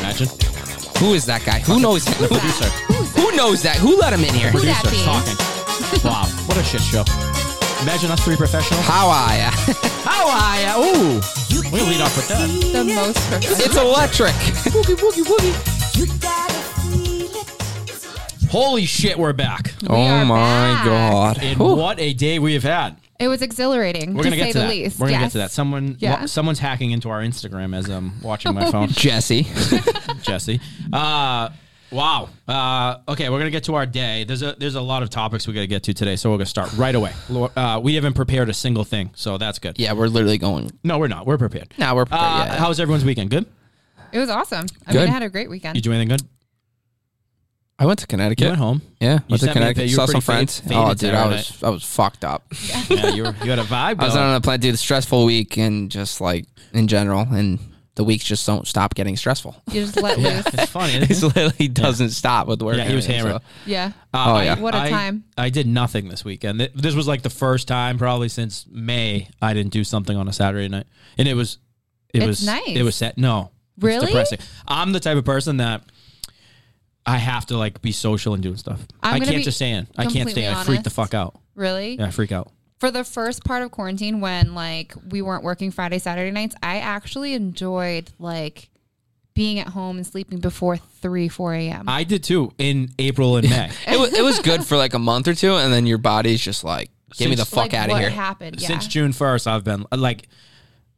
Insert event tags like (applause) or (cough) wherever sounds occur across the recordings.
Imagine. Who is that guy? Who knows (laughs) him? The Who, producer. Who's that? who knows that? Who let him in here? Who that Producer's be? talking. wow. What a shit show. Imagine us three professionals. How are ya? (laughs) How are ya? Ooh. We're going to lead off with that. The most perfect. it's electric. Woogie, woogie, woogie. Holy shit, we're back. oh are my back. god. And Whew. what a day we have had. It was exhilarating, We're to gonna say get to the that. least. We're gonna yes. get to that. Someone, Yeah. Oh well, someone's hacking into our Instagram as I'm watching (laughs) my phone. Jesse. (laughs) Jesse. Uh, wow. Uh, okay, we're gonna get to our day. There's a there's a lot of topics we gotta get to today, so we're gonna start right away. Lo- Uh, we haven't prepared a single thing, so that's good. yeah, we're literally going. No, we're not. We're prepared. No, we're prepared, Uh, yeah. How was everyone's weekend? Good. It was awesome. I Good. mean, I had a great weekend. You do anything good? I went to You Connecticut. went home. Yeah, You went to sent me a Connecticut. pic. You were Saw some pretty fade- friends. faded Oh, dude, I Saturday was I was fucked up. (laughs) Oh. Yeah, you, were, you had a vibe. I was going. on a plan, dude. Stressful week and just like in general, and the weeks just don't stop getting stressful. (laughs) You just let Yeah, loose. it's funny. isn't It it? literally doesn't stop with work. Yeah, he was and everything, hammered. Yeah. Uh, Oh, I- yeah. What a I- time. I, did nothing this weekend. Th- This was like the first time probably since May I didn't do something on a Saturday night, and it was it It's was nice. It was set. No, it's Really? depressing. I'm the type of person that. I have to like be social and doing stuff. I'm I gonna can not be just stand. I can't completely stand. I freak the honest. fuck out. Really? Yeah, I freak out. For the first part of quarantine, when like we weren't working Friday, Saturday nights, I actually enjoyed like being at home and sleeping before three, four a.m. I did too in April (laughs) and May. So. It, was, it was good for like a month or two, and then your body's just like, get me the Since- fuck like, out of what here. happened? Yeah. Since June first, I've been uh, like,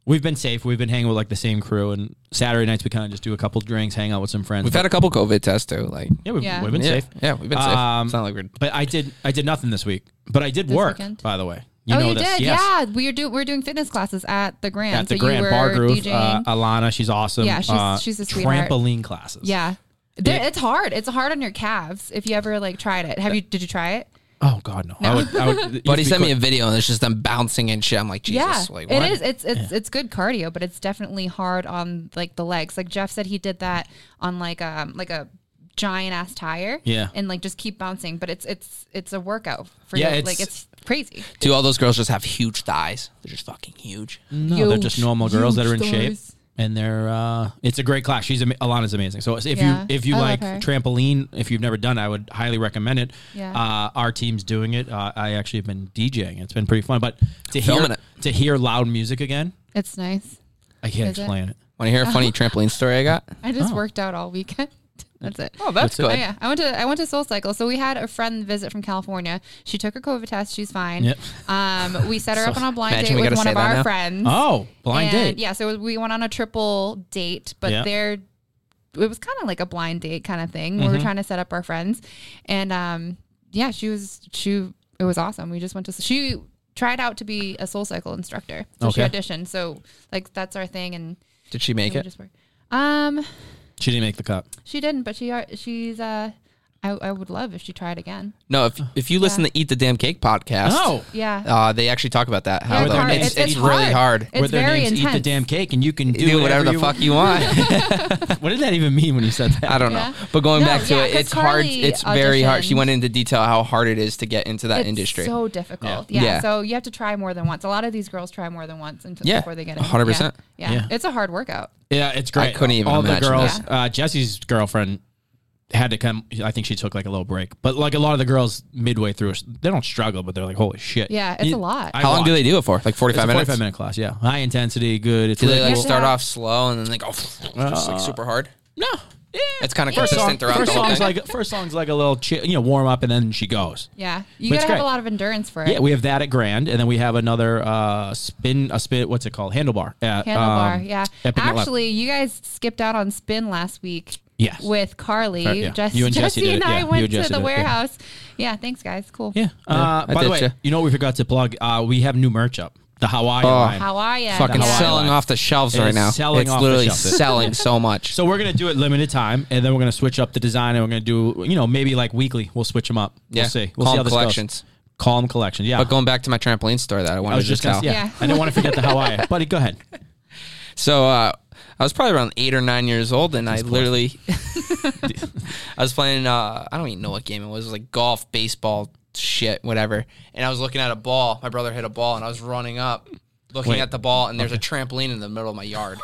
we've been safe. We've been hanging with like the same crew, and Saturday nights we kind of just do a couple drinks, hang out with some friends. We've had a couple COVID tests too. Like, yeah, we've, Yeah. we've been yeah, safe. yeah, we've been safe. Um, it's not like we're But I did I did nothing this week. But I did This work, weekend? by the way. oh, you this, did, yes. yeah. We were do we are doing fitness classes at the Grand. At the so you Grand were Bar Groove, uh, DJing. Alana, she's awesome. Yeah, she's- Uh, she's a sweetheart. trampoline classes. yeah, There- it's hard. It's hard on your calves if you ever like tried it. Have you? Did you try it? Oh God, no. I (laughs) would. I would But he sent me a video and it's just them bouncing and shit. I'm like, Jesus, yeah, like, it what? is. It's it's it's good cardio, but it's definitely hard on like the legs. Like Jeff said, he did that on like um like a giant ass tire. Yeah. and like just keep bouncing. But it's it's it's a workout for Yeah, your, it's- like it's crazy. Do all those girls just have huge thighs? They're just fucking huge. No, they're just huge, normal girls that are in huge shape, thighs. and they're. uh It's a great class. She's ama- Alana's amazing. So if Yeah, you if you I love like her. trampoline, if you've never done, it, I would highly recommend it. Yeah. Uh, our team's doing it. Uh, I actually have been DJing. It's been pretty fun. But to hear Filming it. to hear loud music again, It's nice. I can't Is it? explain it. Want to hear a (laughs) funny trampoline story I got? I just Oh. worked out all weekend. (laughs) That's it. Oh, that's Oh good. yeah, I went to I went to Soul Cycle. So we had a friend visit from California. She took her COVID test. She's fine. (laughs) Yep. Um, we set her up on a blind Imagine date we with gotta one say of that our now. friends. Oh, blind and, date. Yeah, so we went on a triple date, but Yeah. there it was kind of like a blind date kind of thing. We were trying to set up our friends, and um, yeah, she was she it was awesome. We just went to she tried out to be a Soul Cycle instructor, so she Okay. auditioned. So like that's our thing, and Did she make we it? just work. Um, She didn't make the cut. she didn't, but she are she's uh, I I would love if she tried again. No, if, if you listen to Eat the Damn Cake podcast, Oh. Yeah. uh, they actually talk about that. How it's the- hard. it's, It's- it's it's really hard. hard. It's Where their very names eat the intense. damn cake, and you can do, Do whatever the you fuck (laughs) you want. What did that even mean when you said (laughs) that? I don't know. Yeah. But going No, back to yeah, it, 'cause it's hard. Carly It's very hard. She auditioned. went into detail how hard it is to get into that it's industry. so difficult. Yeah. Yeah. Yeah. So you have to try more than once. A lot of these girls try more than once until Yeah, before they get in. 100%. Yeah. Yeah. Yeah. It's a hard workout. Yeah, it's great. I couldn't even All the imagine girls, that. uh, Jesse's girlfriend had to come. I think she took like a little break, but like a lot of the girls midway through, they don't struggle, but they're like, "Holy shit!" Yeah, it's a lot. How long do they do it for? Like It's a 45 minutes? forty-five minute class. Yeah, high intensity, good. It's Do they really like cool. start Yeah. off slow and then they go just like super hard? no. Yeah. It's kind of Uh, First, song, consistent throughout the first whole song's thing. like first song's like a little chi- you know warm up, and then she goes. Yeah. You But it's gotta great. have a lot of endurance for it. Yeah, we have that at Grand, and then we have another uh, spin a spin. What's it called? Handlebar. At, Handlebar, um, yeah. at Pignat Lab. Actually, you guys skipped out on spin last week. Yes. With Carly, Uh, yeah. Jess- You and Jesse Jesse, did and it. Yeah, I you went and Jesse to the did it, yeah. warehouse. Yeah. Thanks, guys. Cool. Yeah. Uh, I by the way, did ya. you know what we forgot to plug? Uh, we have new merch up. The Oh. Hawaii line. How are you? fucking Hawaii selling line. off the shelves It right is now. selling it's off the literally shelves. (laughs) selling so much. So we're gonna do it limited time, and then we're gonna switch up the design, and we're gonna do you know maybe like weekly. We'll switch them up. Yeah. We'll see. We'll Call see how 'em this collections. goes. Calm collection. Yeah. but going back to my trampoline story that I wanted I was to just tell. gonna. Yeah. Yeah. I didn't want to forget the Hawaii, buddy. Go (laughs) ahead. So uh, I was probably around eight or nine years old, and (laughs) I literally, (laughs) I was playing. Uh, I don't even know what game it was. It was like golf, baseball, shit, whatever. And I was looking at a ball. My brother hit a ball, and I was running up, looking Wait. at the ball, and there's a trampoline in the middle of my yard.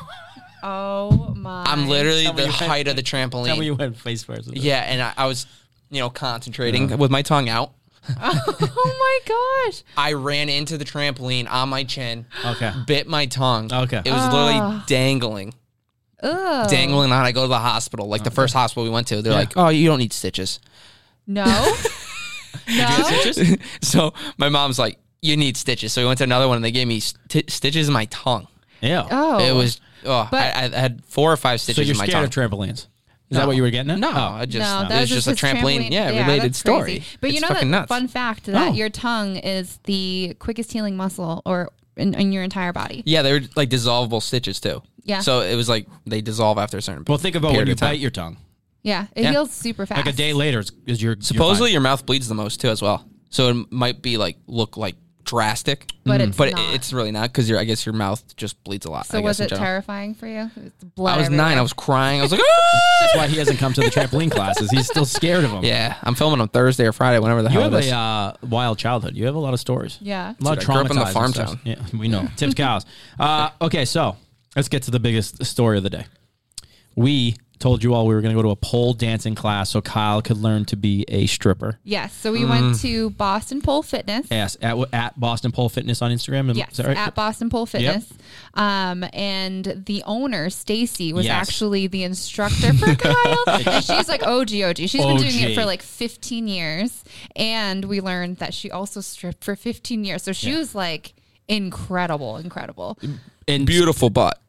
Oh my! I'm literally Tell me the you went- height of the Tell me trampoline. you went face first. Yeah, and I, I was, you know, Uh-huh. concentrating with my tongue out. (laughs) oh my gosh! I ran into the trampoline on my chin, (laughs) Okay. bit my tongue. Okay. It was Ah. literally dangling, Ugh. dangling on. I go to the hospital, like the first hospital we went to. They're Yeah. like, "Oh, you don't need stitches." (laughs) No. no. so my mom's like, "You need stitches." So we went to another one, and they gave me st- stitches in my tongue. Yeah. Oh, It was. Oh, But- I, I had four or five So stitches you're in my scared tongue. of trampolines? Is No. that what you were getting at? no, Oh. I just no, that it was was just a his trampoline, yeah, related that's crazy. story. But you It's know that fucking nuts. fun fact that Oh. your tongue is the quickest healing muscle or in, in your entire body. Yeah, they were like dissolvable stitches too. Yeah. So it was like they dissolve after a certain. Well, think about when Period you of time. bite your tongue. Yeah, it Yeah. heals super fast. Like a day later, is, is your Supposedly, your mouth bleeds the most too, as well. So it might be like look like drastic, Mm. But it's but not. it's really not because I guess your mouth just bleeds a lot. So I guess, was in it general. terrifying for you? It was blood I was everywhere. nine. I was crying. I (laughs) was like, "Ah!" That's why he hasn't come to the trampoline classes. He's still scared of them. yeah. I'm filming on Thursday or Friday, whenever the You hell. have it is. a uh, wild childhood. You have a lot of stories. Yeah. A lot of Dude, I grew up in the traumatizing farm stuff. town. Yeah, we know. Tim's (laughs) cows. Uh, okay, so let's get to the biggest story of the day. We told you all we were going to go to a pole dancing class so Kyle could learn to be a stripper. Yes. So we went to Boston Pole Fitness. Yes, at, at Boston Pole Fitness on Instagram. Am- Yes, is that right? at Boston Pole Fitness. Um, and the owner, Stacy, was Yes. actually the instructor for Kyle. And she's like OG OG. She's been doing it OG. for like 15 years. And we learned that she also stripped for 15 years. So she was like incredible, incredible. and beautiful butt.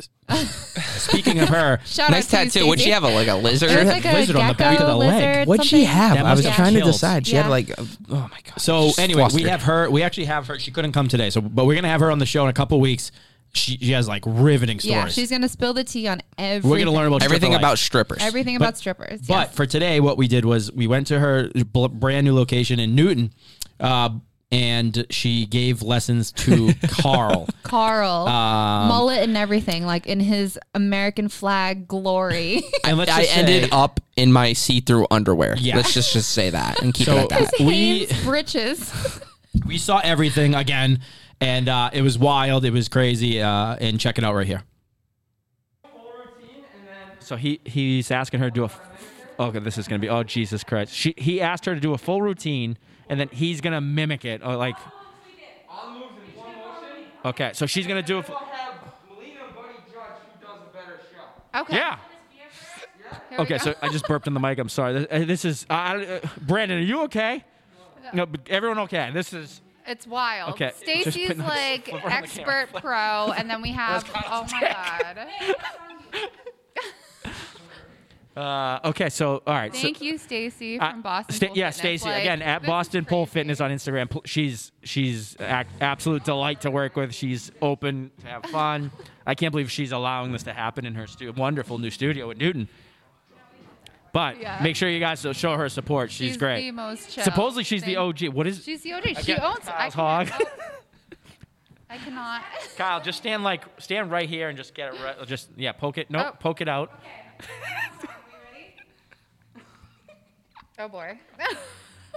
speaking of her, (laughs) Shout nice out to you, tattoo. What'd she Stacey. have? A, like a lizard? It was like a Lizard on the back gecko of the leg. lizard, What'd she something. have? That I must was have trying to killed. decide. She Yeah. had like, a- oh my god. So She's anyway, we flustered. have her. We actually have her. She couldn't come today, so but we're gonna have her on the show in a couple weeks. She, she has like riveting stories. Yeah, she's gonna spill the tea on everything. we're gonna learn about everything stripper life. about strippers. everything But- about strippers. But yes. for today, what we did was we went to her bl- brand new location in Newton, uh, and she gave lessons (laughs) to Carl. Carl, um, mullet and everything, like in his American flag (laughs) glory. (laughs) And let's I just say- ended up in my see-through underwear. Yeah. Let's just just say that and keep So- it at that. We- Hanes britches. (laughs) We saw everything again, and uh, it was wild. It was crazy. Uh, and check it out right here. So he he's asking her to do a. f- Okay, this is gonna be. Oh Jesus Christ! She he asked her to do a full routine, and then he's gonna mimic it. Or like. Okay, so she's gonna do. A, f- Okay. yeah. Here we Okay, go. so I just burped in the mic. I'm sorry. This, uh, this is. Uh, uh, Brandon, are you okay? No, but everyone okay. This is. it's wild. Okay, just Stacy's (laughs) putting the like flipper on the expert pro, and then we have oh my god. Uh, okay, so all right. (laughs) so- Thank you, Stacy Uh, from Boston. Sta- Pole yeah, Fitness. Stacy Like, again at this is Boston Pole crazy. Fitness on Instagram. Pl- She's she's ac- absolute delight to work with. She's open to have fun. I can't believe she's allowing this to happen in her stu- wonderful new studio at Newton. But Yeah. make sure you guys so- show her support. She's, She's great. the most chill Supposedly she's the thing. OG. What is She's the OG. She Again, owns. I Kyle's can't- hog. (laughs) I cannot. Kyle? Just stand like stand right here and just get it. Right, just yeah, poke it. No, Oh. poke it out. Oh boy.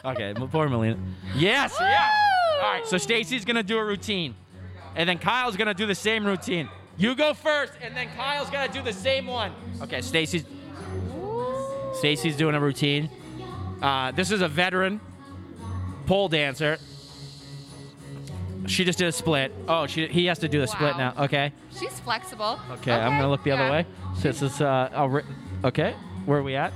Okay, poor Melina. Yes. Yeah. All right. So Stacy's gonna do a routine, and then Kyle's gonna do the same routine. You go first, and then Kyle's gonna do the same one. Okay, Stacy's Stacy's doing a routine. Uh, this is a veteran pole dancer. She just did a split. Oh, she, he has to do the split Wow. now. Okay. She's flexible. okay. I'm gonna look the yeah. other way. This is uh. I'll ri- okay. Where are we at?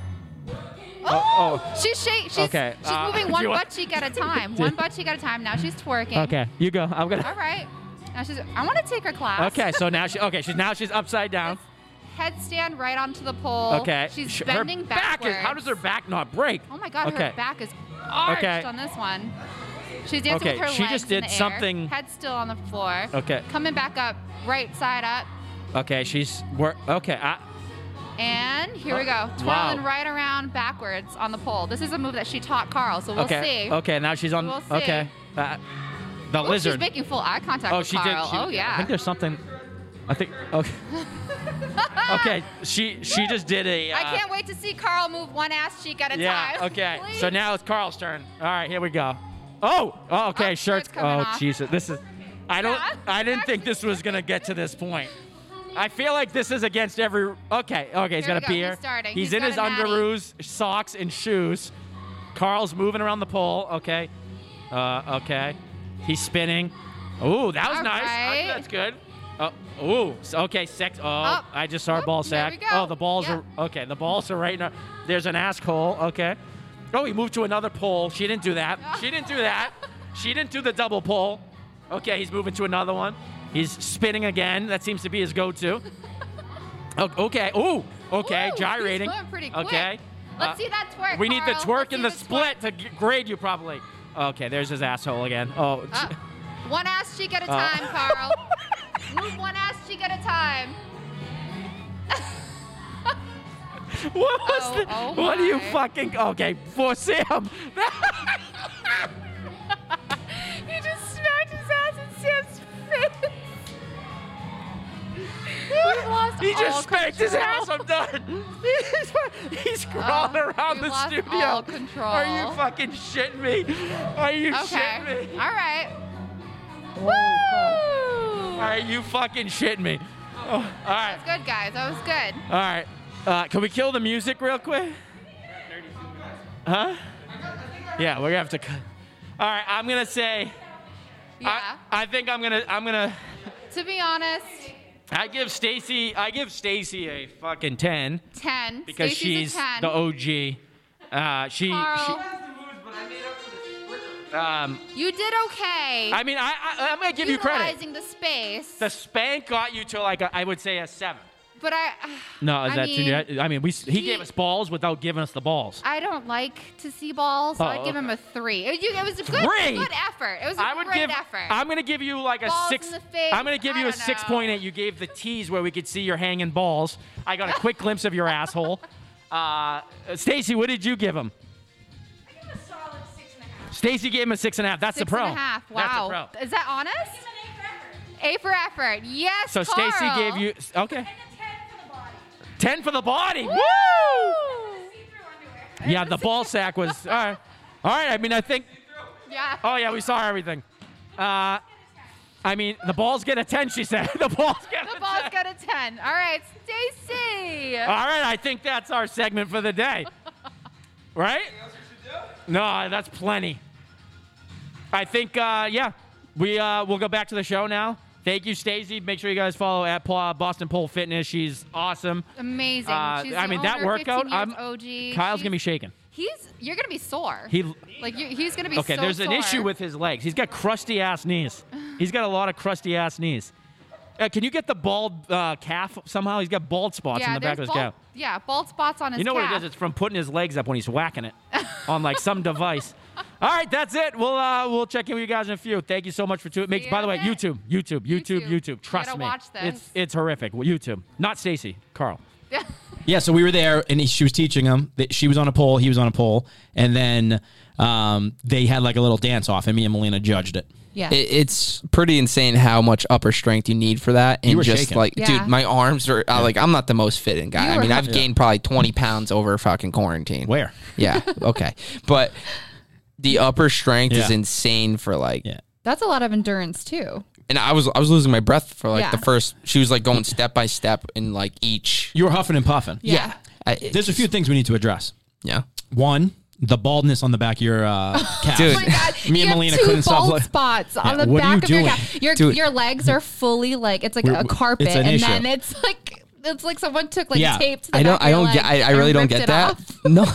Oh, oh. she's shake. She's, Okay, she's uh, moving (laughs) do one you want- butt cheek at a time. one butt cheek at a time. Now she's twerking. Okay. You go. I'm gonna. (laughs) All right. Now she's. I want to take her class. Okay. So now she. Okay. She's now she's upside down. Headstand right onto the pole. Okay. She's Sh- her bending back backwards. is, How does her back not break? Oh my god, Okay. her back is arched Okay. on this one. She's dancing Okay, with her she legs just in did the air, something- Head still on the floor. Okay. Coming back up, right side up, Okay. She's. We're, okay. I, and here we Oh, go, wow. twirling right around backwards on the pole. This is a move that she taught Carl, so we'll okay. see. Okay. Now she's on. We'll see. okay. Uh, the Ooh, lizard. She's making full eye contact oh, with she Carl. did. She, oh I think yeah. there's something. I think. (laughs) Okay. okay. She she just did a. Uh, I can't wait to see Carl move one ass cheek at a Yeah. time. Okay. Please. So now it's Carl's turn. All right. Here we go. Oh. Oh. Okay. Oh, shirt's shirts. coming oh off. Jesus. This is. I don't. Yeah. I didn't think this was gonna get to this point. I feel like this is against every. Okay, okay, he's Here we go, got a beer. he's starting. He's He's in got his a natty. underoos, socks, and shoes. Carl's moving around the pole. Okay, uh, okay, he's spinning. Ooh, that was All nice. I think right. That's good. Oh, ooh, s- okay, sex. Oh, Up. I just saw a Oop, ball there sack. we go. Oh, the balls Yeah. are okay. The balls are right now. There's an asshole. Okay. Oh, he moved to another pole. She didn't (laughs) do that. She didn't do that. She didn't do the double pole. Okay, he's moving to another one. He's spinning again. That seems to be his (laughs) go-to. O- Okay. Ooh. Okay. Ooh, he's Gyrating. going pretty quick. Okay. Let's Uh, see that twerk. we need the Carl. twerk Let's and see the split to g- grade you probably. Okay. There's his asshole again. Oh. t- twerk. Uh, one ass cheek at a Uh. time, Carl. Move one ass cheek at a (laughs) time. (laughs) What was Oh, the, oh What are you my. fucking? Okay, for Sam. He just smacked his ass in Sam's face. We've lost he just all spanked his control. ass. (laughs) I'm done. He's, he's crawling Oh, around we the lost studio. all control. Are you fucking shitting me? Are you Okay. shitting All me? right. Oh, Woo! Are you fucking shitting me? Oh, all right. Good guys, that was good. All right. Uh, can we kill the music real quick? Huh? Yeah, we're gonna have to cut. All right, I'm gonna say. Yeah. I, I think I'm gonna. I'm gonna. to be honest, I give Stacy. I give Stacy a fucking ten ten because Stacey's she's a 10. the OG. Uh, she. Carl, she um, you did okay. I mean, I, I, I'm gonna give you credit. utilizing the space. The spank got you to like a, I would say a seven. but I, (sighs) No, is I that too? mean, I mean, we he he- gave us balls without giving us the balls. I don't like to see balls. So Oh, I'd give him a three. It, you- it was a good, Three? good effort. It was a I would great give. effort. I'm gonna give you like a Balls six. in the face, I'm gonna give I you a don't know. six point eight. You gave the tease where we could see your hanging balls. I got (laughs) a quick glimpse of your asshole. Uh, Stacy, what did you give him? Stacy gave him a six and a half. That's Six a pro. and a half. That's a Wow. pro. Is that honest? A for effort. Yes. So Stacy Carl. gave you okay. Ten for the body. Woo! Yeah, the ball sack was all right. All right. I mean, I think. Yeah. Oh yeah, we saw everything. Uh, I mean, the balls get a ten. She said (laughs) the balls get The a ball's 10. got a ten. All right, Stacy. All right, I think that's our segment for (laughs) the day. Right? No, that's plenty. I think, uh, yeah, we uh, we'll go back to the show now. Thank you, Stacey. Make sure you guys follow at Paul- Boston Pole Fitness. She's awesome. Amazing. Uh, She's I the mean, that owner, workout, 15 years I'm- OG. Kyle's She's- gonna be shaking. He's. You're gonna be sore. He like you, he's gonna be. okay. so there's an sore. issue with his legs. He's got crusty ass knees. He's got a lot of crusty ass knees. Uh, can you get the bald uh, calf somehow? He's got bald spots yeah, in the back of there's his bald, calf. Yeah, bald spots on his. You know what it calf. is? It's from putting his legs up when he's (laughs) whacking it on like some device. All right, that's it. We'll uh, we'll check in with you guys in a few. Thank you so much for tuning. Make, by the way, Yeah. YouTube, YouTube, YouTube, YouTube. YouTube. You Trust gotta me, watch this. it's it's horrific. Well, YouTube, not Stacy, Carl. (laughs) Yeah, so we were there, and he, she was teaching him. That she was on a pole, he was on a pole, and then um, they had like a little dance off, and me and Melina judged it. yeah. It, it's pretty insane how much upper strength you need for that. And were just shaking. like, Yeah. dude, my arms are uh, like, I'm not the most fit in guy. You I mean, were- I've gained probably 20 pounds over fucking quarantine. Where? Yeah. Okay. but the upper strength is Yeah. insane for like, Yeah. That's a lot of endurance too. and I was, I was losing my breath for like Yeah. the first, she was like going step by step in like each. You were huffing and puffing. Yeah. I, it There's a just- few things we need to address. Yeah. One, the baldness on the back of your uh, calf. Dude. (laughs) Oh (laughs) my God. Me and you Melina have two couldn't stop bald look- spots on Yeah, the what are you back of your doing? calf. Your Dude. your legs are fully like it's like We're- a we're- carpet, it's an and issue. then it's like it's like someone took like Yeah. tape. To the I back don't, of I your don't get, leg I, I and really don't ripped get it that. off. (laughs) No,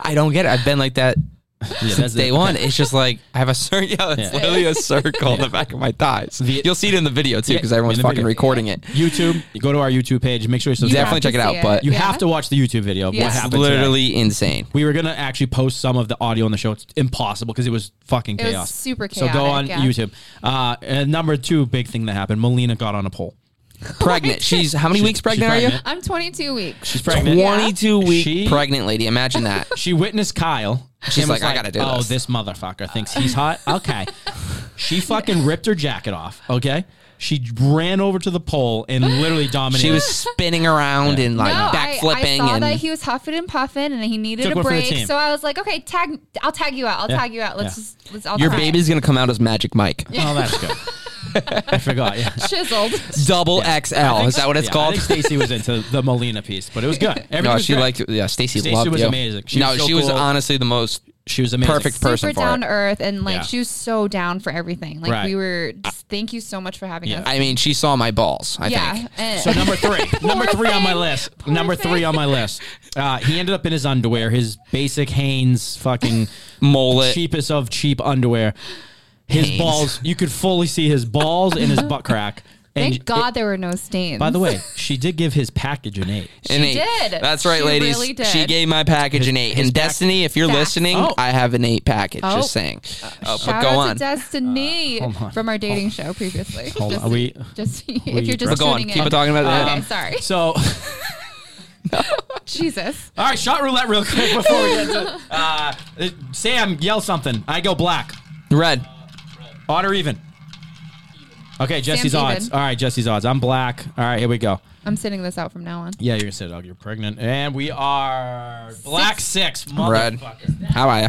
I don't get it. I've been like that Yeah, since that's day it. one. It's just like I have a circle. (laughs) Yeah, it's Yeah. literally a circle on the back of my thighs. You'll see it in the video too, Yeah, because everyone's in the fucking video. recording it. YouTube, you go to our YouTube page. Make sure you subscribe. Definitely check it out, but You yeah. have to watch the YouTube video. of Yeah. What It's happened? today. Literally insane. (laughs) We were gonna actually post some of the audio on the show. It's impossible because it was fucking It was chaos. super So go chaotic, on yeah. YouTube. Uh, and number two big thing that happened: Melina got on a pole. Pregnant. She's how many She's- weeks pregnant she's are you? pregnant. I'm 22 weeks. She's pregnant. Twenty-two week She- pregnant lady. Imagine (laughs) that. She witnessed Kyle. She's and was like, "I gotta do oh, this." this motherfucker thinks he's (laughs) hot. Okay. she fucking ripped her jacket off. Okay. She ran over to the pole and literally dominated. She was spinning around and like no, I- backflipping I, saw and that he was huffing and puffing, and he needed Took a one for the break. team. So I was like, okay, tag. I'll tag you out. I'll Yeah. tag you out. Let's Yeah. just. Let's, I'll your try it. baby's gonna come out as Magic Mike. Oh, that's good. (laughs) I forgot. Yeah. (laughs) Chiseled. Double XL. Oh, Is that what it's Yeah, called? I think Stacy was into the Molina piece, but it was good. Everything (laughs) No, was she great. liked. Yeah, Stacy Stacey loved was you. amazing. She no, was so she was cool. honestly the most She was amazing. perfect person for super down it. to earth and like Yeah. she was so down for everything. Like Right. we were just, thank you so much for having Yeah. us. I mean, she saw my balls. I yeah. think. and- So number (laughs) three, number Poor three on my thing. list. Poor number three thing. on my list. Uh, he ended up in his underwear, his basic Hanes fucking Mullet. cheapest of cheap underwear. His Hanes. balls, you could fully see his balls and his butt crack. And (laughs) Thank it- God there were no stains. by the way, she did give his package an eight. An She eight. did. That's right, She ladies. really did. She gave my package an eight. And Destiny, if you're Facts. listening, Oh. I have an eight package. Oh. Just saying. Uh, but Shout go out on. to Destiny Uh, hold on. from our dating show previously. (laughs) Hold on. just, Are we- just (laughs) we- if you're just but go on. tuning Keep in. talking about that. Okay, sorry. (laughs) So, (laughs) Jesus. all right, shot roulette real quick before we get to uh, Sam, yell something. I go black. Red. Odd or even? Okay, Jesse's even. odds. All right, Jesse's odds. I'm black. All right, here we go. I'm sitting this out from now on. Yeah, you're gonna say dog. You're pregnant, and we are black six. Red. (laughs) Motherfucker. How are you?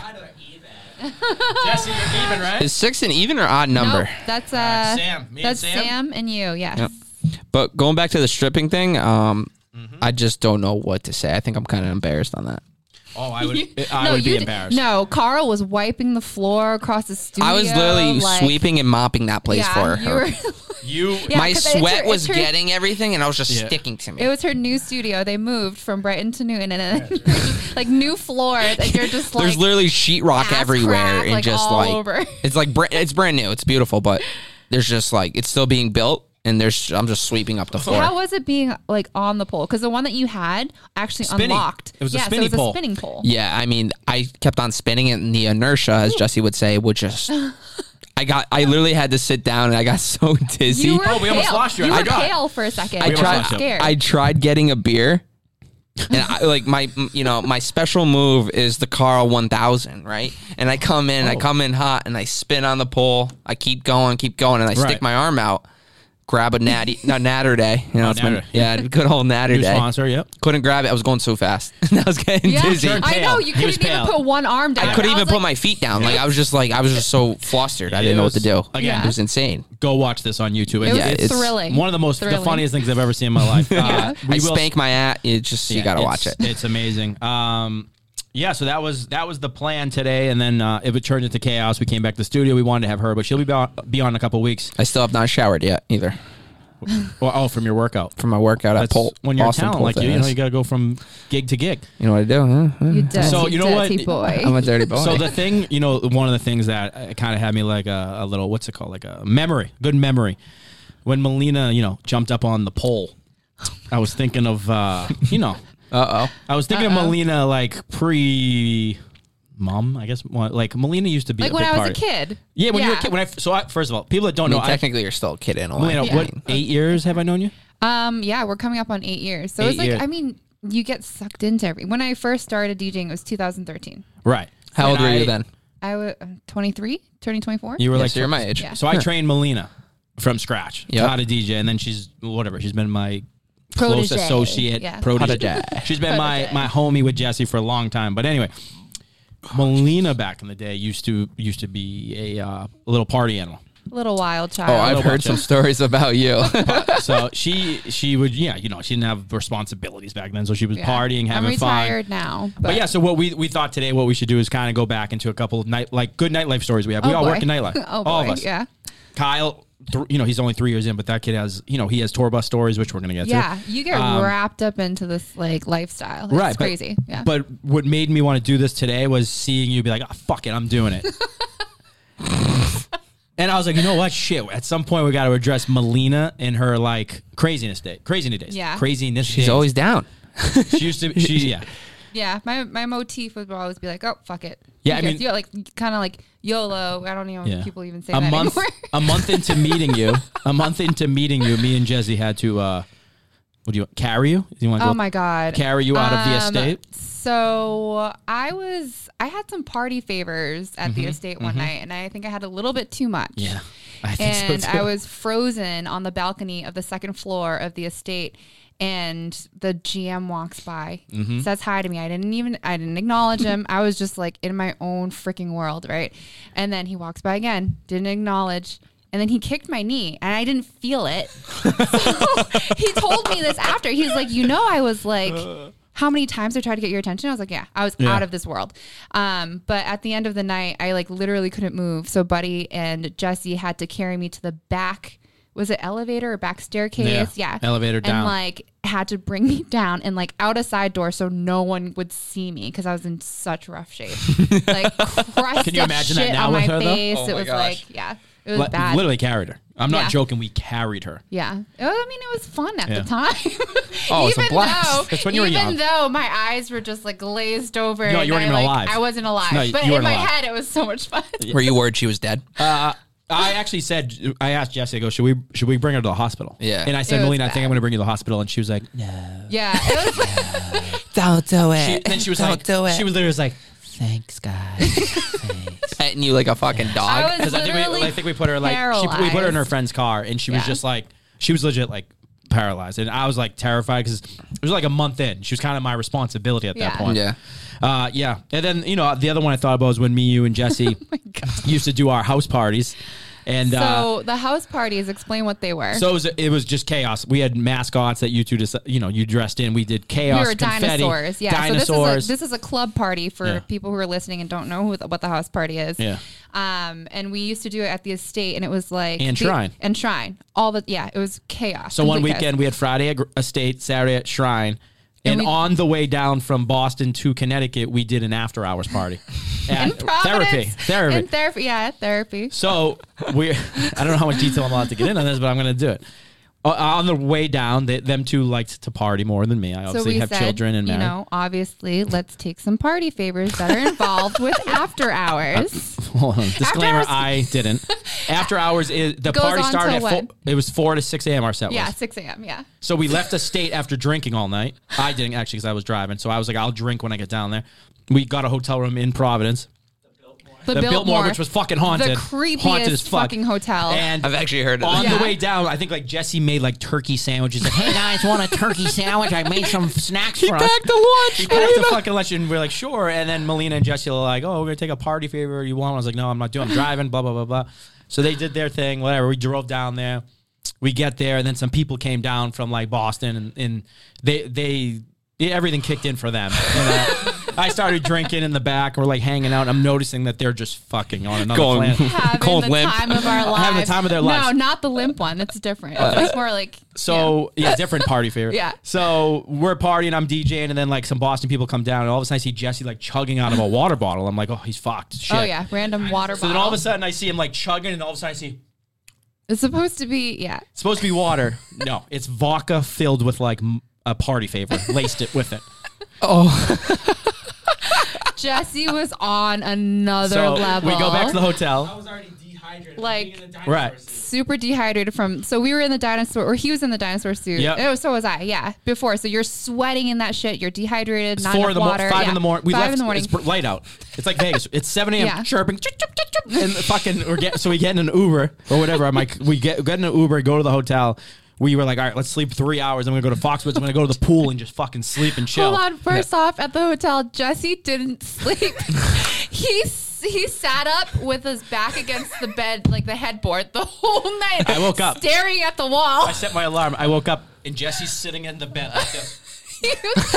Jesse, you're even, right? Is six an even or odd number? Nope, that's uh, Sam. Me and that's Sam? and you. Yes. Yep. But going back to the stripping thing, um, I just don't know what to say. I think I'm kind of embarrassed on that. Oh, I would. I would you be d- embarrassed. No, Carl was wiping the floor across the studio. I was literally like- sweeping and mopping that place yeah, for you her. were- (laughs) You. Yeah, my 'cause it's her- sweat it's was her- getting everything, and I was just Yeah. sticking to me. It was her new studio. They moved from Brighton to Newton, and then (laughs) like new floors, (laughs) and you're just like There's literally sheetrock ass everywhere, crack, and like, just all like over. it's like br- it's brand new. It's beautiful, but there's just like it's still being built, and there's I'm just sweeping up the floor. How was it being like on the pole? Because the one that you had actually Spinning. unlocked. It was a yeah, spinny so it was pole. a spinning pole. yeah, I mean, I kept on spinning it, and the inertia, as Jesse would say, would just. I got. I literally had to sit down, and I got (laughs) so dizzy. You were Oh, we pale. almost lost you. you. I were forgot. pale for a second. I I tried- tried. Scared. I tried getting a beer. And I, like my, you know, my special move is the Carl 1000, right? And I come Oh. in, I come in hot, and I spin on the pole. I keep going, keep going, and I Right. stick my arm out, grab a natty, no natter day, you know, it's my- Oh, natter. (laughs) yeah, good old natter New day. sponsor. Yep. Couldn't grab it. I was going so fast, (laughs) I was getting yeah, dizzy. Turned I know pale. you He was couldn't even pale. put one arm down. I couldn't even was put like, my feet down. Like I was just like I was just so flustered. I didn't It know what to was- do. again- it was insane. Go watch this on YouTube. It's, It was Yeah, it's- thrilling. one of the most, the Thrilling. funniest things I've ever seen in (laughs) my life. Uh, I spank my ass. It just you yeah, gotta it's- watch it. It's amazing. Um, yeah, so that was that was the plan today, and then uh, it would turn into chaos. We came back to the studio. We wanted to have her, but she'll be on, be on in a couple weeks. I still have not showered yet either. Well, oh, from your workout. for my workout at That's Pol- when you're a Boston talent Pole like you, you know, Fitness. you got to go from gig to gig. You know what I do? huh? (laughs) Huh? You dirty, So, you know what? (laughs) dirty boy. I'm a dirty boy. (laughs) So the thing, you know, one of the things that kind of had me like a, a little, what's it called, like a memory, good memory. When Melina, you know, jumped up on the pole, I was thinking of, uh, (laughs) you know, uh oh, I was thinking of Melina like pre mom, I guess. Well, Like Melina used to be like a when big I was part. a kid. Yeah, when you were a Yeah. kid. When I so I, first of all, people that don't I mean, know, I, technically, you're still a kid in a way. Melina, Yeah. what eight years have I known you? Um, yeah, we're coming up on eight years. So Eight it's like, years. I mean, you get sucked into every. When I first started DJing, it was 2013. Right. How old And were I- you then? I was 23, turning 24. You were Yeah, like so you're my age. Yeah. So I trained Melina from scratch, Yep. how to DJ, and then she's whatever. She's been my close Protege. associate, Yeah. protege. Protege. She's been my my homie with Jesse for a long time. But anyway, Melina back in the day used to used to be a uh, little party animal. Little wild Oh, child. I've about heard some you. stories (laughs) about you. (laughs) so she she would yeah you know she didn't have responsibilities back then, so she was Yeah. partying, having I'm fun. retired now. But, But yeah, so what we, we thought today, what we should do is kind of go back into a couple of night like good nightlife stories we have. we Oh, all boy. work in nightlife, (laughs) oh, boy. all of us. Yeah. Kyle, th- you know he's only three years in, but that kid has you know he has tour bus stories, which we're gonna get Yeah. to. You get Um, wrapped up into this like lifestyle. It's right, but- crazy. yeah. But what made me want to do this today was seeing you be like, oh, fuck it, I'm doing (laughs) it. and I was like, you know what? Shit. At some point, we got to address Melina and her like craziness day, craziness days, Yeah. craziness. She's days. always down. she used to. She yeah. yeah. My, my motif would always be like, oh, fuck it. Yeah, I Because mean- you're like kind of like YOLO. I don't even know Yeah. if (laughs) people even say a that month, anymore. (laughs) a month into meeting you, a month into meeting you, me and Jesse had to. uh What do you carry you? Do you want to Oh my god! carry you out of the Um, estate? So I was, I had some party favors at the estate one night, and I think I had a little bit too much. Mm-hmm. Yeah, (laughs) I think (laughs) so, and too. I was frozen on the balcony of the second floor of the estate. And the GM walks by, Mm-hmm. says hi to me. I didn't even, I didn't acknowledge him. I was just like in my own freaking world, right? And then he walks by again, didn't acknowledge. And then he kicked my knee and I didn't feel it. so (laughs) he told me this after. He's like, You know, I was like, Uh. How many times I tried to get your attention? I was like, Yeah, I was Yeah. out of this world. Um, but at the end of the night, I like literally couldn't move. So Buddy and Jesse had to carry me to the back. Was it elevator or back staircase? Yeah. Yeah. Elevator and, down. like had to bring me down and like out a side door so no one would see me because I was in such (laughs) rough shape. like crusted Can you imagine that shit now on with my her, though? face. Oh it my was gosh. like yeah, it was Li- bad. Literally carried her. I'm not Yeah. joking. We carried her. Yeah, It was- I mean it was fun at Yeah. the time. (laughs) Oh, it's a blast. Though, That's when you were young. even though my eyes were just like glazed over. No, you weren't and I, even like, alive. I wasn't alive, No, you- but you in weren't my alive. head it was so (laughs) much fun. Were you worried she was dead? Uh, I actually said I asked Jesse. I go, should we should we bring her to the hospital? Yeah. And I It said, was Melina, I think bad. I'm going to bring you to the hospital. And she was like, no. yeah, it was. Don't do it. She, then she (laughs) was Don't like, do it. she was literally was like, Thanks, guys. (laughs) Petting you like a fucking dog. I was because I think we literally. I think we uh, put her like she, we put her in her paralyzed. friend's car, and she was Yeah. just like she was legit like paralyzed, and I was like terrified because it was like a month in. She was kind of my responsibility at that Yeah. point. Yeah. Uh, yeah. And then, you know, the other one I thought about was when me, you, and (laughs) Jesse used to do our house parties. And uh, Oh So the house parties. Explain what they were. so it was, it was just chaos. We had mascots that you two, just, you know, you dressed in. We did chaos. we were confetti, dinosaurs. Yeah. So Dinosaurs. this is a, this is a club party for Yeah. people who are listening and don't know who, what the house party is. Yeah. Um, and we used to do it at the estate, and it was like And the- shrine. and shrine. All the yeah, it was chaos. so one complete chaos. weekend we had Friday at Gr- Estate, Saturday at Shrine. And, And we- on the way down from Boston to Connecticut, we did an after hours party. (laughs) In At- Providence. therapy. Therapy. In therapy. Yeah, therapy. So we, I don't know how much detail I'm allowed to get in on this, but I'm going to do it. Uh, on the way down, they, them two liked to party more than me. I So obviously we have said, children and you married. know, obviously, let's take some party favors that are (laughs) involved with after hours. Hold on. Disclaimer: hours- I didn't. (laughs) After hours is the Goes party on started till at four, when? it was four to six a.m. Our set Yeah, was. six a.m. Yeah. So we left the state after drinking all night. I didn't actually because I was driving. So I was like, I'll drink when I get down there. We got a hotel room in Providence, The, the Biltmore, which was fucking haunted, the creepiest haunted as fuck. fucking hotel. And I've actually heard of on that. the Oh. Yeah. way down, I think like Jesse made like turkey sandwiches. Like, hey guys, want a turkey sandwich? I made some snacks for (laughs) us. packed the lunch. He packed the fucking lunch, and we're like, sure. And then Melina and Jesse are like, oh, we're gonna take a party favor. You want? I was like, no, I'm not doing. I'm driving. Blah blah blah blah. So they did their thing. Whatever. We drove down there. We get there, and then some people came down from like Boston, and, and they they yeah, everything kicked in for them. And, uh, (laughs) I started drinking in the back. We're like hanging out. I'm noticing that they're just fucking on another Going- planet. (laughs) having (laughs) Cold the limp. (laughs) time of our lives. Having the time of their lives. Uh, No, not the limp one. That's different. it's more like So yeah, different party favorite. (laughs) Yeah. So we're partying, I'm DJing, and then like some Boston people come down, and all of a sudden I see Jesse like chugging (laughs) out of a water bottle. I'm like, oh, he's fucked. Shit. oh yeah, random water So bottle. then all of a sudden I see him like chugging, and all of a sudden I see it's supposed to be yeah. it's supposed to be (laughs) water. no, it's vodka filled with like m- a party favor, laced it (laughs) with it. Jesse was on another so level. we go back to the hotel. was already dehydrated. Like- being in Right. super dehydrated from. So we were in the dinosaur, or he was in the dinosaur suit. Yep. Oh, so was I. Yeah, before. So you're sweating in that shit. You're dehydrated. It's Not four enough in the morning, water. five yeah. in the morning. We five left. in the morning. It's light out. It's (laughs) like Vegas. It's seven a.m. Yeah. chirping, chup, chup, chup, chup, and fucking. We're get, so we get in an Uber or whatever. I'm like, we get get in an Uber, go to the hotel. We were like, all right, let's sleep three hours. I'm gonna go to Foxwoods. I'm gonna go to the pool and just fucking sleep and chill. Hold on. First off, at the hotel, Jesse didn't (laughs) sleep. he s- he sat up with his back against the bed, like the headboard, the whole night. I woke up. staring at the wall. I set my alarm. I woke up and Jesse's sitting in the bed like this. He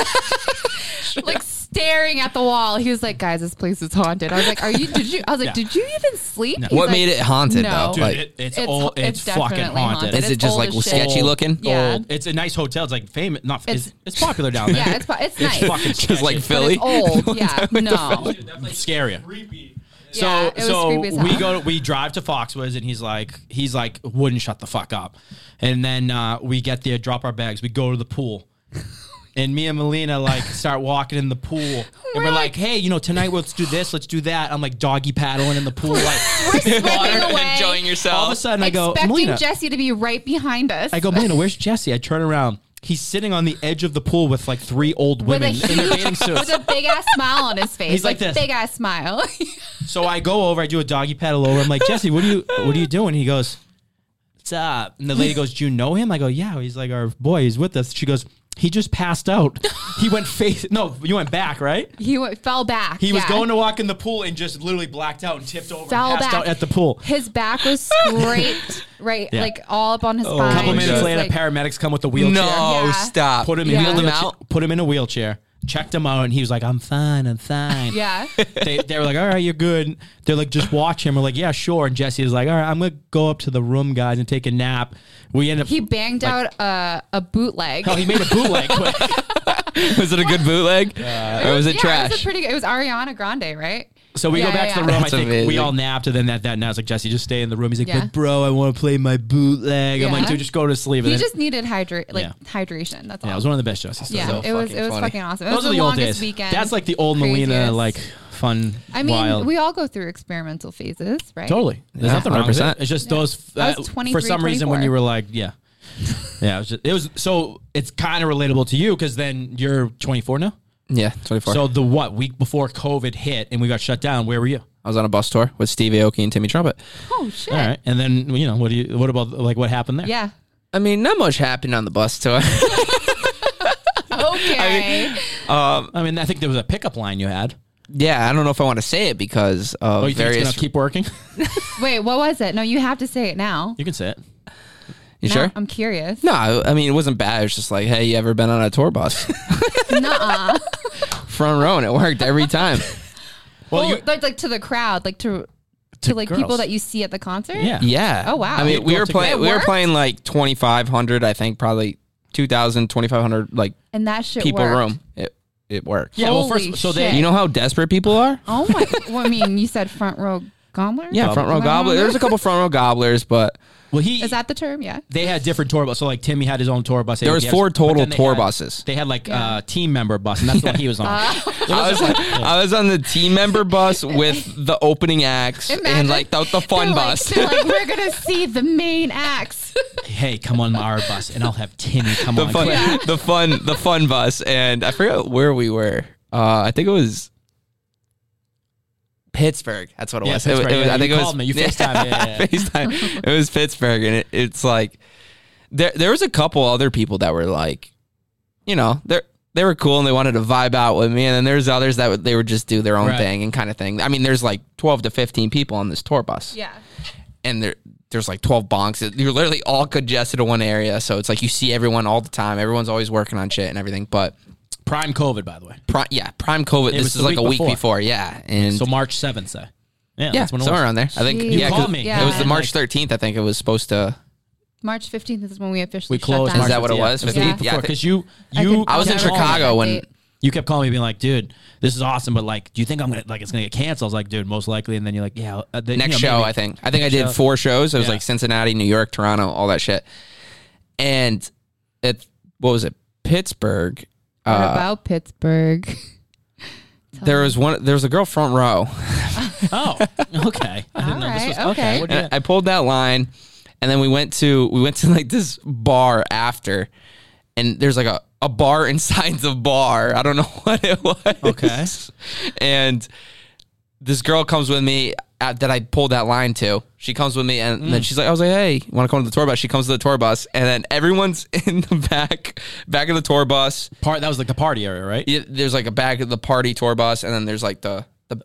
was, (laughs) like staring at the wall. He was like, "Guys, this place is haunted." I was like, "Are you? Did you?" I was like, Yeah. "Did you even sleep?" He's What like, made it haunted, no. though? Dude, Like, it, it's, It's- old. It's, it's fucking definitely haunted. haunted. is it it's just old like as shit. sketchy looking? Yeah. Old. It's a nice hotel. It's like famous. Not it's, It's- it's, popular down there. Yeah, it's po- it's nice. fucking Just like sketchy. Philly. It's (laughs) old. Yeah, no. Scary. Creepy. So Yeah, it was so creepy as hell. we go we drive to Foxwoods and he's like he's like wouldn't shut the fuck up, and then uh, we get there, drop our bags, we go to the (laughs) pool, and me and Melina like start walking in the pool, and we're, We're like, hey, you know tonight let's do this, let's do that. I'm like doggy paddling in the pool, like (laughs) Slipping away, Enjoying yourself. all of a sudden I go expecting Melina, Jesse to be right behind us. I go Melina, where's Jesse? I turn around, he's sitting on the edge of the pool with like three old with a women in their huge, bathing suits. with a big ass smile on his face. He's like this. big ass smile. (laughs) So I go over, I do a doggy paddle over. I'm like, Jesse, what are you what are you doing? He uh," goes, What's up? And the lady goes, Do you know him? I go, Yeah. He's like, Our boy, he's with us. She goes, He just passed out. he went face. No, you went back, right? He went, fell back. He was yeah. going to walk in the pool and just literally blacked out and tipped over, and fell passed back out at the pool. His (laughs) back was scraped, right, Yeah. like all up on his A spine. couple my minutes God. Just later, like- paramedics come with a No, wheelchair. Yeah. stop. (laughs) Put him in Yeah. a Wheeled him wheelchair. out. Put him in a wheelchair. Checked him out, and he was like, "I'm fine. I'm fine." yeah, they, they were like, all right, you're good. They're like, just watch him. We're like, yeah, sure. And Jesse is like, all right, I'm going to go up to the room, guys, and take a nap. We end up. (laughs) he banged out a, a bootleg. Hell, he made a (laughs) bootleg quick. was it a good Uh, bootleg? or was it yeah, trash? It was, a pretty, good- it was Ariana Grande, right? So we go Yeah, back to the yeah. room. That's I think we amazing. all napped. And then that, that night's like, Jesse, just stay in the room. He's like, Yeah. but bro, I want to play my bootleg. I'm like, Yeah. dude, just go to sleep. And He then- just needed hydra- like Yeah. hydration. That's all. yeah, it was one of the best Jesse stories. Yeah, so it was fucking it was funny. fucking awesome. It Those was are the, the old longest days. weekend. That's like the old Molina, Craziest. like fun. I mean, wild. we all go through experimental phases, right? Totally. There's Yeah, nothing wrong with it. 100%. It's just those I uh, was for 23, some reason when 24. you were like, yeah. Yeah, it was, just, it was so it's kind of relatable to you cuz then you're 24 now. yeah, 24. So the what week before COVID hit and we got shut down, where were you? I was on a bus tour with Steve Aoki and Timmy Trumpet. Oh shit. All right. And then you know, what do you what about like what happened there? (laughs) Yeah. I mean, not much happened on the bus tour. (laughs) Okay. I mean, I think there was a pickup line you had. yeah, I don't know if I want to say it because of Oh, you think it's various. going to keep working? (laughs) Wait, what was it? No, you have to say it now. you can say it. you Now sure? I'm curious. no, I I mean it wasn't bad. It was just like, hey, you ever been on a tour bus? (laughs) Nuh-uh. Front row, and it worked every time. Well, Well, you like, like to the crowd, like to to, like people girls. that you see at the concert. Yeah. Yeah. Oh, wow. I You'd mean, we go were to- playing. That We were worked? playing like 2,500. I think probably 2,000, 2,500 like And that shit. people worked. room. It it worked. Yeah, well Holy first so they shit. You know how desperate people are. Oh (laughs) my. well, I mean, you said front row gobbler. Yeah, front row gobbler. There's a couple front row (laughs) gobblers, but well he Is that the term? Yeah. they had different tour buses. So like Timmy had his own tour bus. There was ABS, four but then total they tour had- buses. They had like uh, team member bus, and that's the one he was on. I was I was on the team member bus with the opening acts and Imagine. like the, the fun They're like- bus. they're like, (laughs) we're gonna see the main acts. hey, come on our bus, and I'll have Timmy come the on. fun, quick. (laughs) the fun, the fun bus, and I forgot where we were. Uh, I think it was Pittsburgh. That's what it Yeah, was. It was- Pittsburgh. it was- Yeah, I think you it was. called me. (laughs) You FaceTimed me. Yeah, yeah, yeah. FaceTime. It was Pittsburgh, and it, it's like there. There was a couple other people that were like, you know, they they were cool and they wanted to vibe out with me, and then there's others that would, they would just do their own Right. thing and kind of thing. I mean, there's like twelve to fifteen people on this tour bus Yeah. and there there's like 12 bonks. You're literally all congested in one area. So it's like you see everyone all the time. Everyone's always working on shit and everything. But Prime COVID, by the way. pri- yeah, prime COVID. was this is the like week a week before. before. Yeah. And So March seventh, say. Yeah, yeah, that's when it somewhere was. around there. I think Jeez. yeah, You 'cause called me. Yeah. It was the and March 13th. I think it was supposed to. March 15th is when we officially We closed. Shut down. March Is that what it 15th. was? It was 15th? Yeah, I think- because you I you can- I was in Yeah, I remember Chicago that when date. You kept calling me, being like, "Dude, this is awesome," but like, do you think I'm gonna like it's gonna get canceled? I was like, "Dude, most likely." And then you're like, "Yeah, uh, the, next you know, show. maybe." I think. I think I did four shows. It was Yeah. like Cincinnati, New York, Toronto, all that shit. And it what was it? Pittsburgh. What Uh, about Pittsburgh? (laughs) there was one. There was a girl front row. (laughs) Oh, okay. I didn't know Alright, this was okay. what'd you- And I pulled that line, and then we went to we went to like this bar after, and there's like a a bar (laughs) inside the bar. I don't know (laughs) what it was. Okay. and this girl comes with me at, that I pulled that line to. She comes with me, and then she's like, "I was like, hey, you want to come to the tour bus?" She comes to the tour bus, and then everyone's (laughs) in the back back of the tour bus. Part that was like the party area, right? Yeah, There's like a back of the party tour bus, and then there's like the the the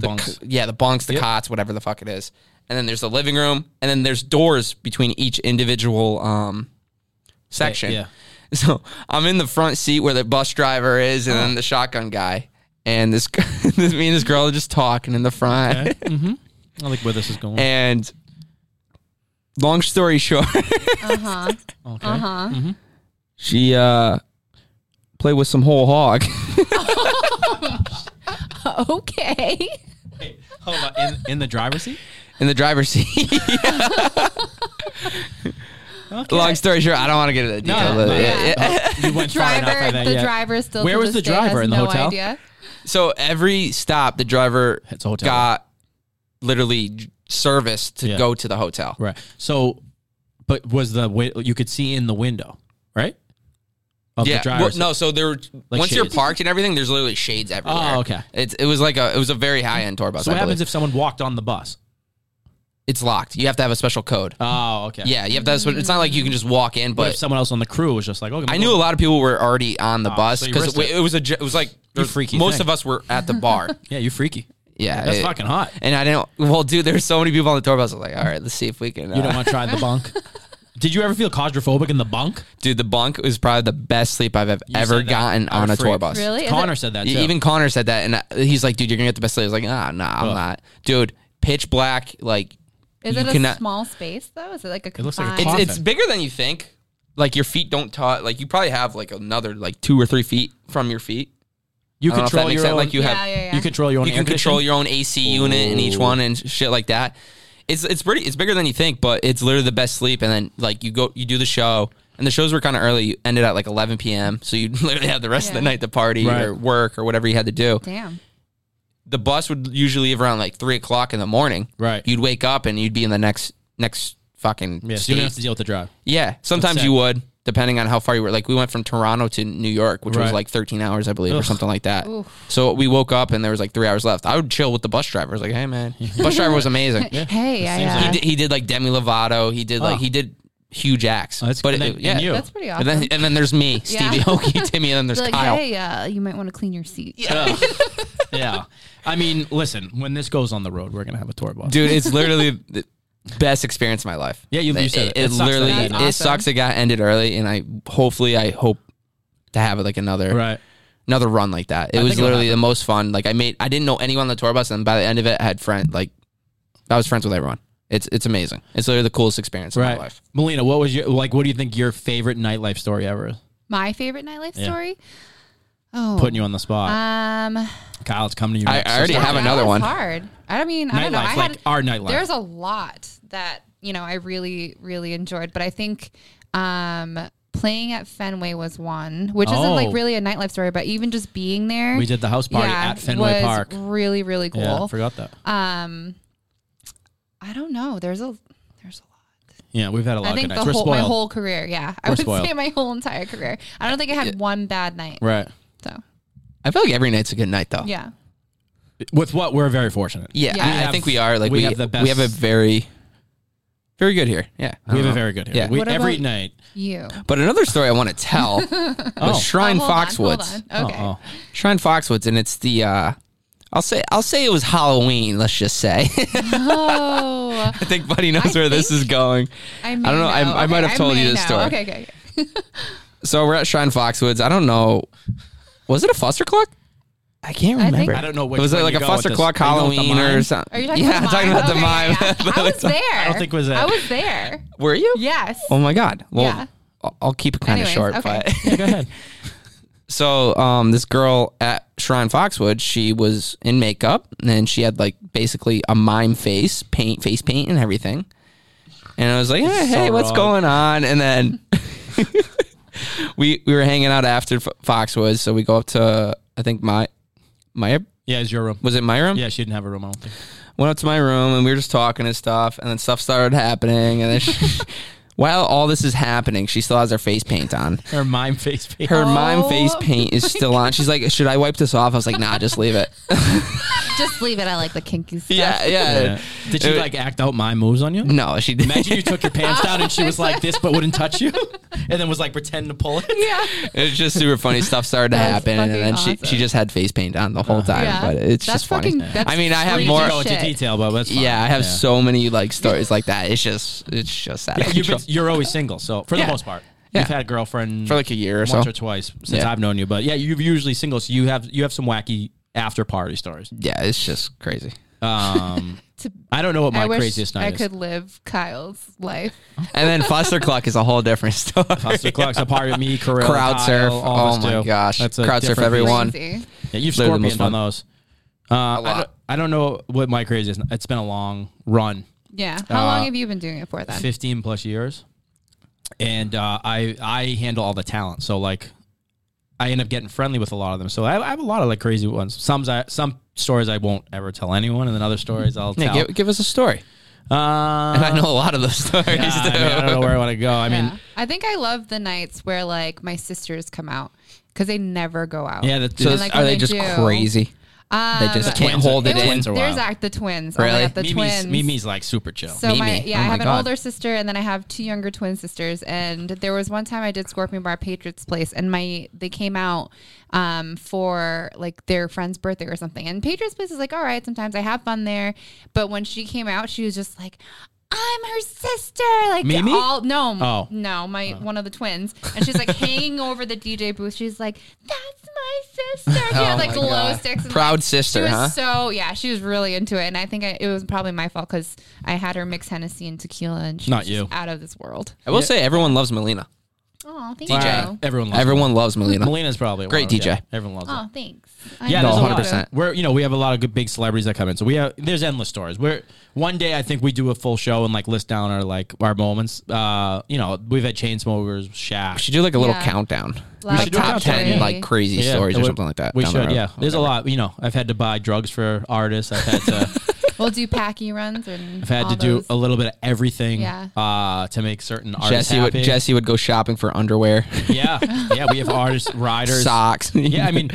the bunks. c- yeah, the bunks, the cots, whatever the fuck it is. And then there's the living room, and then there's doors between each individual um, section. Yeah. (laughs) So I'm in the front seat where the bus driver is, and then the shotgun guy, and this, g- (laughs) this me and this girl are just talking in the front. I like where this is going. (laughs) And long story (laughs) short, Uh huh. okay. Uh huh. she uh, played with some whole hog. (laughs) Okay. Hold on, in, in the driver's seat. in the driver's seat. (laughs) Long story short, I don't want to get into the detail. no, but no. yeah, yeah. You went Driver. far enough. I think, the yeah. driver still. Where to was this the day has driver? In the no hotel? Idea. So every stop, the driver It's a hotel. got literally j- serviced to Yeah. go to the hotel. Right. So, but was the wi- you could see in the window, right? Of Yeah. The driver's Well, no. So there, were Like once you're shades. Oh, parked and everything, there's literally shades everywhere. okay. It's it was like a it was a very high end tour bus. So I what happens believe. if someone walked on the bus? It's locked. You have to have a special code. Oh, okay. yeah, you have to. Have, a spe- it's not like you can just walk in. But if But someone else on the crew was just like, "Oh, I knew a lot of people were already on the bus so you because risked it, it. it was a. ge- It was like freaky most thing. of us were at (laughs) the bar. Yeah, you freaky. yeah, That's it- fucking hot. And I didn't. Well, dude, there's so many people on the tour bus. I was like, all right, let's see if we can. You uh, don't want to try the (laughs) bunk. Did you ever feel claustrophobic in the bunk? dude, the bunk was probably the best sleep I've ev- ever said that. gotten I on would a tour freak. bus. Really? Is Connor it- said that too. E- Even Connor said that, and I, he's like, "Dude, you're gonna get the best sleep." I was like, "Ah, nah, I'm Ugh. not, dude." Pitch black, like Is you it a cannot- small space though? Is it like a It looks like a confined? coffin. it's it's bigger than you think. Like your feet don't touch. Like you probably have like another like two or three feet from your feet. You I don't know if that control makes your sense. own. Like you have, yeah, yeah, yeah. You control your own. you can air control conditioning? your own AC unit in each one and sh- shit like that. It's it's pretty. It's bigger than you think, but it's literally the best sleep. And then like you go, you do the show, and the shows were kind of early. You ended at like 11 p.m. So you (laughs) literally had the rest of the Yeah. night to party Right. or work or whatever you had to do. Damn. the bus would usually leave around like three o'clock in the morning. Right. You'd wake up and you'd be in the next next fucking Yeah, so you state. don't have to deal with the drive. yeah. Sometimes That's you sad. would, depending on how far you were. Like we went from Toronto to New York, which was Right. like thirteen hours, I believe, or Ugh. something like that. So we woke up and there was like three hours left. I would chill with the bus driver. I was like, hey man, (laughs) bus driver was amazing. Hey, uh, yeah, seems yeah. like He did, he did like Demi Lovato. He did like Oh. he did huge acts. Oh, that's but good. it- And- yeah. and you. That's pretty And awesome. then, and then there's me, (laughs) Yeah. Stevie Oki, Timmy, and then there's like, Kyle. hey, uh, you might want to clean your seat. Ugh. (laughs) yeah. I mean, listen, when this goes on the road, we're gonna have a tour bus. dude. (laughs) It's literally the best experience of my life. Yeah, you- you it, said it. it. It sucks literally that it it ended. sucks. It got ended early, and I hopefully I hope to have like another Right. another run like that. It I was think it'll literally the happen. most fun. Like I made, I didn't know anyone on the tour bus, and by the end of it, I had friend like I was friends with everyone. It's it's amazing. It's literally the coolest experience of my Right. life. Melina, what was your like? What do you think your favorite nightlife story ever is? My favorite nightlife Yeah. story. Oh, Putting you on the spot. um, Kyle's coming to you. I- next. I already So- Yeah, have that another was one. Hard. I mean, I don't know. I Nightlife, had like our nightlife. There's a lot that you know I really, really enjoyed, but I think um, playing at Fenway was one, which isn't Oh. like really a nightlife story, but even just being there, We did the house party yeah, at Fenway was Park. Really, really cool. Yeah, I forgot that. um, I don't know. There's a there's a lot. Yeah, we've had a lot I think of good the nights. We're whole my spoiled. whole career. Yeah, I We're would (laughs) spoiled. say my whole entire career. I don't think I had one bad night. right. So I feel like every night's a good night though. yeah, With what we're very fortunate. yeah. Yeah. I, We I have- think we are like we, we have the We have a best- very very good here. Yeah, I We have don't a know. very good here. Yeah. We, What every about- night. you. But another story I want to (laughs) tell was Shrine Oh, hold on, hold Foxwoods. on. Okay. Oh, (laughs) Shrine Foxwoods, and it's the uh, I'll say I'll say it was Halloween. Let's just say. (laughs) (laughs) Oh, I think Buddy knows I where this think- is going. I, I don't know. I- I might have told you may this know. story. Okay, okay, okay. So we're at Shrine Foxwoods. I don't know. Was it a Foster Clock? I can't I think- remember. I don't know which was it way like you a go with Foster this. Clock Are you going with the Halloween or mime? something? Are you talking yeah, about I'm talking mine? about the Okay, mime. (laughs) yeah. I was there. I don't think was that. I was there. Were you? Yes. Oh my God. Well, Yeah. I'll- I'll keep it kind of Anyways, short, okay. but. yeah, go ahead. So um, this girl at Shrine Foxwood, she was in makeup and she had like basically a mime face paint, face paint, and everything. And I was like, "Eh, so "Hey, what's wrong. going on?" And then (laughs) we we were hanging out after F- Foxwood, so we go up to I think my my Yeah, it's your room. was it my room? Yeah, she didn't have a room. I don't think. went up to my room and we were just talking and stuff and then stuff started happening and then she, (laughs) while all this is happening she still has her face paint on Her mime (laughs) face paint. her mime Oh face paint is still on she's like should i wipe this off i was like nah just leave it (laughs) Just leave it. I like the kinky stuff. yeah yeah, Yeah. Did she It- like act out my moves on you? (laughs) no she didn't Imagine you took your pants down and she was like this, but wouldn't touch (laughs) you, and then was like pretending to pull it. Yeah. it was just super funny stuff started to That's happen and fucking then she, awesome. she just had face paint on the whole time Yeah. but it's That's just funny fucking- that's i mean i have freaky You more can go into Shit. detail, but that's fine. Eh, yeah i have so many like stories like that it's just it's just out of Yeah, you've control. been, you're always single, so for Yeah. the most part, Yeah. you've had a girlfriend For, like, a year or once so. or twice since Yeah. I've known you. But yeah, you're usually single, so you have you have some wacky after party (laughs) stories. yeah it's just crazy Um, To- I don't know what my I wish craziest night I is. could live Kyle's life. and then foster clock is a whole different (laughs) story Buster Clark's a party with me, Kirill, Crowd Kyle, surf. all of us Oh my do. gosh. a Crowd surf different every beast. One. Crazy. Yeah, you've Literally the most scorpioned on fun. those. Uh, I, lot. (laughs) don't, I don't know what my craziest. It's been a long run, Yeah. How Uh, long have you been doing it for then? fifteen plus years, and uh, I I handle all the talent. So like, I end up getting friendly with a lot of them. So I, I have a lot of like crazy ones. Some I, some stories I won't ever tell anyone, and then other stories I'll Yeah, tell. give, give us a story. Uh, And (laughs) I know a lot of those stories. yeah, I, too. mean, I don't know where I want to go. I mean, Yeah. I think I love the nights where like my sisters come out because they never go out. yeah, that's So And, it's- like, are when they they just do- crazy? Um, They just can't twins are- hold the it there was- in. twins are There's wild. act the twins. Oh my Really? God, the Mimi's, twins. Mimi's like super chill. So my Mimi. yeah, Oh I my have an God. older sister and then I have two younger twin sisters. And there was one time I did Scorpion Bar Patriots Place and my they came out um, for like their friend's birthday or something. And Patriots Place is like, all right, sometimes I have fun there. But when she came out, she was just like I'm her sister. Like Mimi? all no, Oh. no, my one of the twins, and she's like (laughs) hanging over the DJ booth. She's like, "That's my sister." She (laughs) had Oh like my glow God. sticks. And Proud like, sister, she was huh? so yeah, she was really into it, and I think I, it was probably my fault because I had her mix Hennessy and tequila, and she's Not you. out of this world. I will say everyone loves Melina. Oh, thank DJ. you. Everyone loves Everyone loves Melina. Melina's probably Great one of- DJ. yeah, everyone loves her. Oh, thanks. I Yeah, know No, there's you. 100%. We're you know we have a lot of good big celebrities that come in, so we have there's endless stories. We're one day I think we do a full show and like list down our like our moments. Uh, you know we've had chain smokers, Shaq. We should do like a little Yeah. countdown, Like like do a top countdown, ten yeah. like crazy Yeah, stories or we- something like that. We down the should, road. yeah. There's a lot. You know, I've had to buy drugs for artists. I've had (laughs) to We'll do packy runs, and I've had to do a little bit of everything. Yeah. Uh, to make certain artists Jesse would happy. Jesse would go shopping for underwear, (laughs) Yeah, yeah. We have artists, riders, (laughs) socks. Yeah, I mean,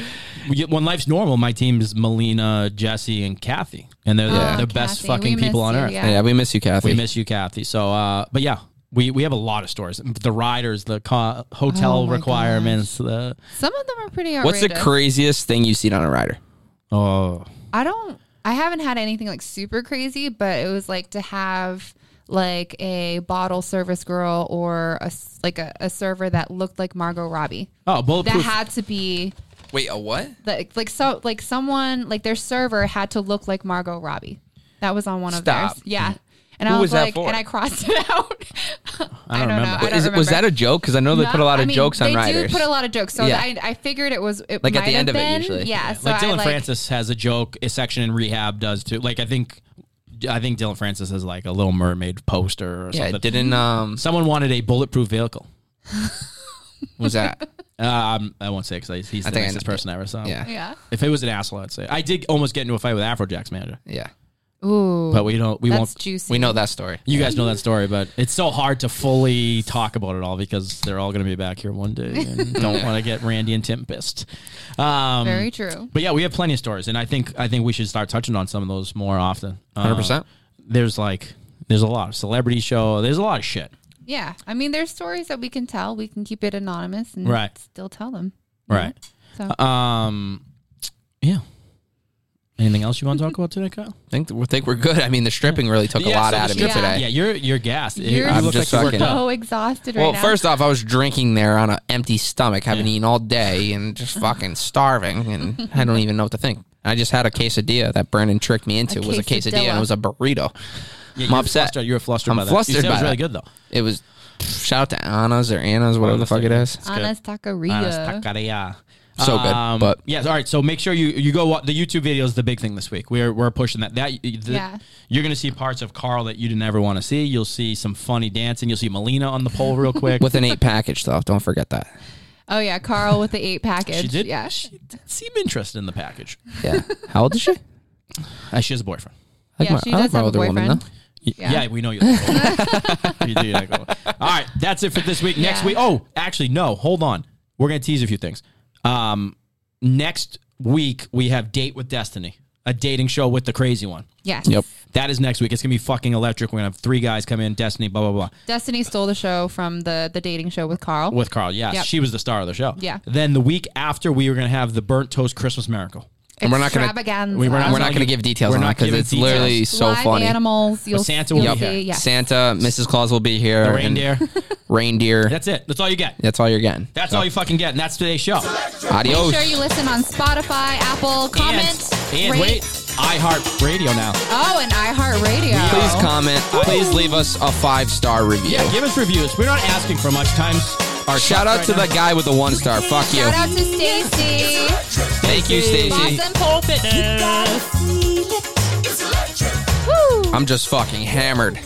we- when life's normal, my team is Melina, Jesse, and Kathy, and they're Oh, the, the best Kathy, fucking we people miss on you, earth. (laughs) yeah. yeah. we miss you, Kathy. We miss you, Kathy. So, uh, but yeah, we we have a lot of stories. The riders, the co- hotel Oh my requirements. The Some of them are pretty What's outrageous. the craziest thing you've seen on a rider? oh, I don't. I haven't had anything like super crazy, but it was like to have like a bottle service girl or a s- like a, a server that looked like Margot Robbie. oh, That bulletproof. had to be Wait, a what? like like so like someone like their server had to look like Margot Robbie. That was on one Stop. Mm-hmm. of theirs. Yeah. And Who I was was, that like, for? and I crossed it (laughs) out. I don't, know. remember. I don't Is it, was that remember. a joke? Because I know they put a No, lot I of mean, jokes on they riders. do put a lot of jokes. So Yeah. I, I figured it was it Like, at might the have end of it, been. usually. Yeah. So like I, Dylan like, Francis has a joke a section in rehab does too. Like I think, I think Dylan Francis has like a Little Mermaid poster or yeah, something. didn't um Someone wanted a bulletproof vehicle. was (laughs) that? Um, I won't say because he's the think I nicest know. person I ever saw. Yeah. Yeah. If it was an asshole, I'd say I did almost get into a fight with Afrojack's manager, Yeah, Ooh. but we don't. We that's won't. juicy. we know that story. You guys know that story, but it's so hard to fully talk about it all because they're all going to be back here one day (laughs) and don't want to get Randy and Tim pissed. Um, Very true. But yeah, we have plenty of stories, and I think I think we should start touching on some of those more often. Hundred 100%. There's like there's a lot of celebrity show. There's a lot of shit. Yeah. I mean, there's stories that we can tell. We can keep it anonymous and Right. still tell them. Right. So Uh, Um. Yeah. Anything else you want to talk about today, (laughs) Kyle? I think we think we're good. I mean, the stripping really took a Yeah, lot so out the of me strip- today. Yeah, you're you're gassed. you're you look just like you worked fucking- out. so exhausted right Well, now. first off, I was drinking there on an empty stomach. I've been eating all day and just fucking starving, and I don't even know what to think. I just had a quesadilla that Brandon tricked me into. A it was a quesadilla. quesadilla and it was a burrito. Yeah, I'm you're upset. Flustered. You're flustered. I'm by that. flustered You said it was by really that. good though. It was shout out to Anna's or Anna's, whatever the fuck it is. It's good. Anna's Taqueria. Taqueria. So good, but- yes, Um, all right. So make sure you you go. wa- The YouTube video is the big thing this week. We're we're pushing that. That the, Yeah. you're gonna see parts of Carl that you didn't ever want to see. You'll see some funny dancing. You'll see Melina on the pole real quick. (laughs) With an eight package though, don't forget that. Oh yeah, Carl with the eight package. she did. (laughs) Yeah. she did seem interested in the package. (laughs) Yeah. How old is she? Uh, she has a boyfriend. Like yeah, my- she I like does my have a older woman, boyfriend. though. Y- Yeah. Yeah. we know you. like (laughs) Lola. (laughs) you do you like Lola. All right, that's it for this week. Next Yeah. week. Oh, actually, no. Hold on. We're gonna tease a few things. Um, next week we have Date with Destiny, a dating show with the crazy one. Yes. Yep. That is next week. It's gonna be fucking electric. We're gonna have three guys come in. Destiny, blah blah blah, Destiny stole the show from the the dating show with Carl. with Carl. Yes, Yep. she was the star of the show. Yeah. Then the week after, we were gonna have the burnt toast Christmas miracle. And we're not gonna- Extravaganza. We were We're not telling going to you- give details we're on not that because giving it's details. literally so Live funny. animals. You'll, Santa will you'll be Yep. here. see. Yeah. Santa, Mrs. Claus will be here. The and reindeer. Reindeer. (laughs) that's it. That's all you get. That's all you're getting. That's all you fucking get, and that's today's show. Adios. Make sure you listen on Spotify, Apple, comment, and, and rate- wait, iHeart Radio now. Oh, and iHeartRadio. Please comment. Please leave us a five star review. Yeah, give us reviews. We're not asking for much. Times are Shout tough out right to now. the guy with the one star. Fuck you. Shout out to Stacy, Thank you, Stacy. Boston Pole Fitness. Woo! I'm just fucking hammered.